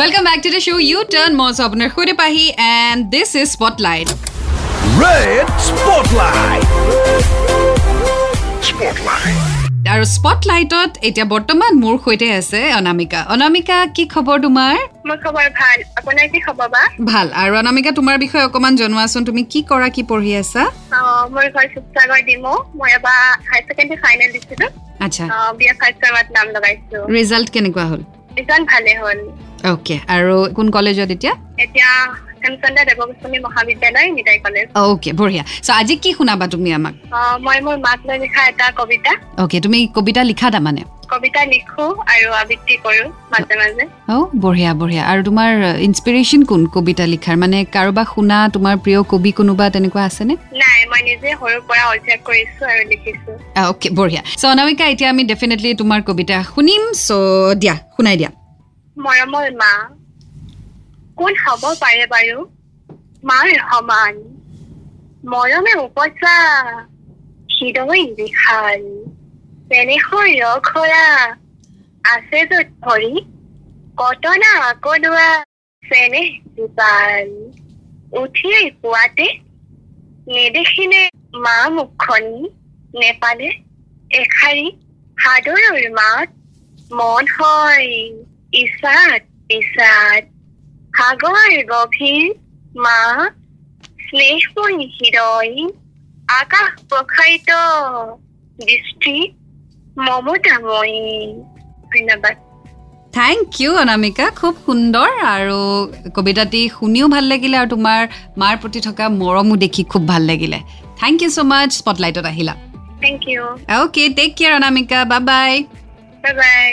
Welcome back to the show. You turn more Sobner Khuripahi, and this is Spotlight. Red Spotlight. Spotlight. আৰু স্পটলাইটত এতিয়া বৰ্তমান মোৰ সৈতে আছে অনামিকা অনামিকা কি খবৰ তোমাৰ মোৰ খবৰ ভাল আপোনাৰ কি খবৰ বা ভাল আৰু অনামিকা তোমাৰ বিষয়ে অকমান জনোৱাচোন তুমি কি কৰা কি পঢ়ি আছা অ, মোৰ ঘৰ শিৱসাগৰ ডিমৌ মই এবাৰ হায়াৰ ছেকেণ্ডেৰী ফাইনেল দিছিলো আচ্ছা অ, বি এ ফাৰ্ষ্ট চেমত নাম লগাইছো ৰিজাল্ট কেনেকুৱা হ'ল ৰিজাল্ট ভালে হ'ল অ'কে আৰু কোন কলেজত এতিয়া এতিয়া হেমচন্দ্ৰ দেৱগোস্বামী মহাবিদ্যালয় নিতাই কলেজ অ'কে বঢ়িয়া চ' আজি কি শুনাবা তুমি আমাক অ, মই মোৰ মাক লৈ লিখা এটা কবিতা অ'কে তুমি কবিতা লিখা তাৰমানে কবিতা লিখো আৰু আবৃত্তি কৰো মাজে মাজে অ' বঢ়িয়া বঢ়িয়া আৰু তোমাৰ ইনস্পিৰেশ্যন কোন কবিতা লিখাৰ মানে কাৰোবাক শুনা তোমাৰ প্ৰিয় কবি কোনোবা তেনেকুৱা আছেনে নাই মই নিজে সৰুৰ পৰা অভ্যাস কৰিছো আৰু লিখিছো অ'কে Ah, বঢ়িয়া চ' অনামিকা এতিয়া আমি ডেফিনেটলি তোমাৰ কবিতা শুনিম চ' দিয়া শুনাই দিয়া মৰমৰ মা কোন হ'ব পাৰে বাৰু মাৰ সমান মৰমে উপচা হৃদয় বিশাল তেনেকৈ ৰখৰা আছে য'ত ভৰি কটনা আকলোৱা চেনেহ জীপাল উঠিয়েই পুৱাতে নেদেখিলে মা মুখনি নেপালে এষাৰি সাদৰৰ মাত মন হয় ইচাত পিছাত সাগৰ গভীৰ মা স্নেহময়ী হৃদয় আকাশ প্ৰসাৰিত দৃষ্টি মমতাময়ী ধন্যবাদ থেংক ইউ অনামিকা খুব সুন্দৰ আৰু কবিতাটি শুনিও ভাল লাগিলে আৰু তোমাৰ মাৰ প্ৰতি থকা মৰমো দেখি খুব ভাল লাগিলে থেংক ইউ ছ' মাছ স্পটলাইটত আহিলা thank you okay take care Anamika বা বাই বাই বাই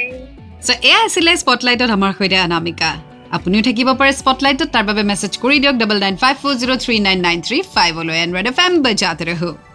চ' এয়া আছিলে স্পটলাইটত আমাৰ সৈতে অনামিকা আপুনিও থাকিব পাৰে স্পটলাইটত তাৰ বাবে মেছেজ কৰি দিয়ক double nine five four zero' three nine nine three ফাইভলৈ এণ্ড্ৰইড এফ এম বজাতে ৰহো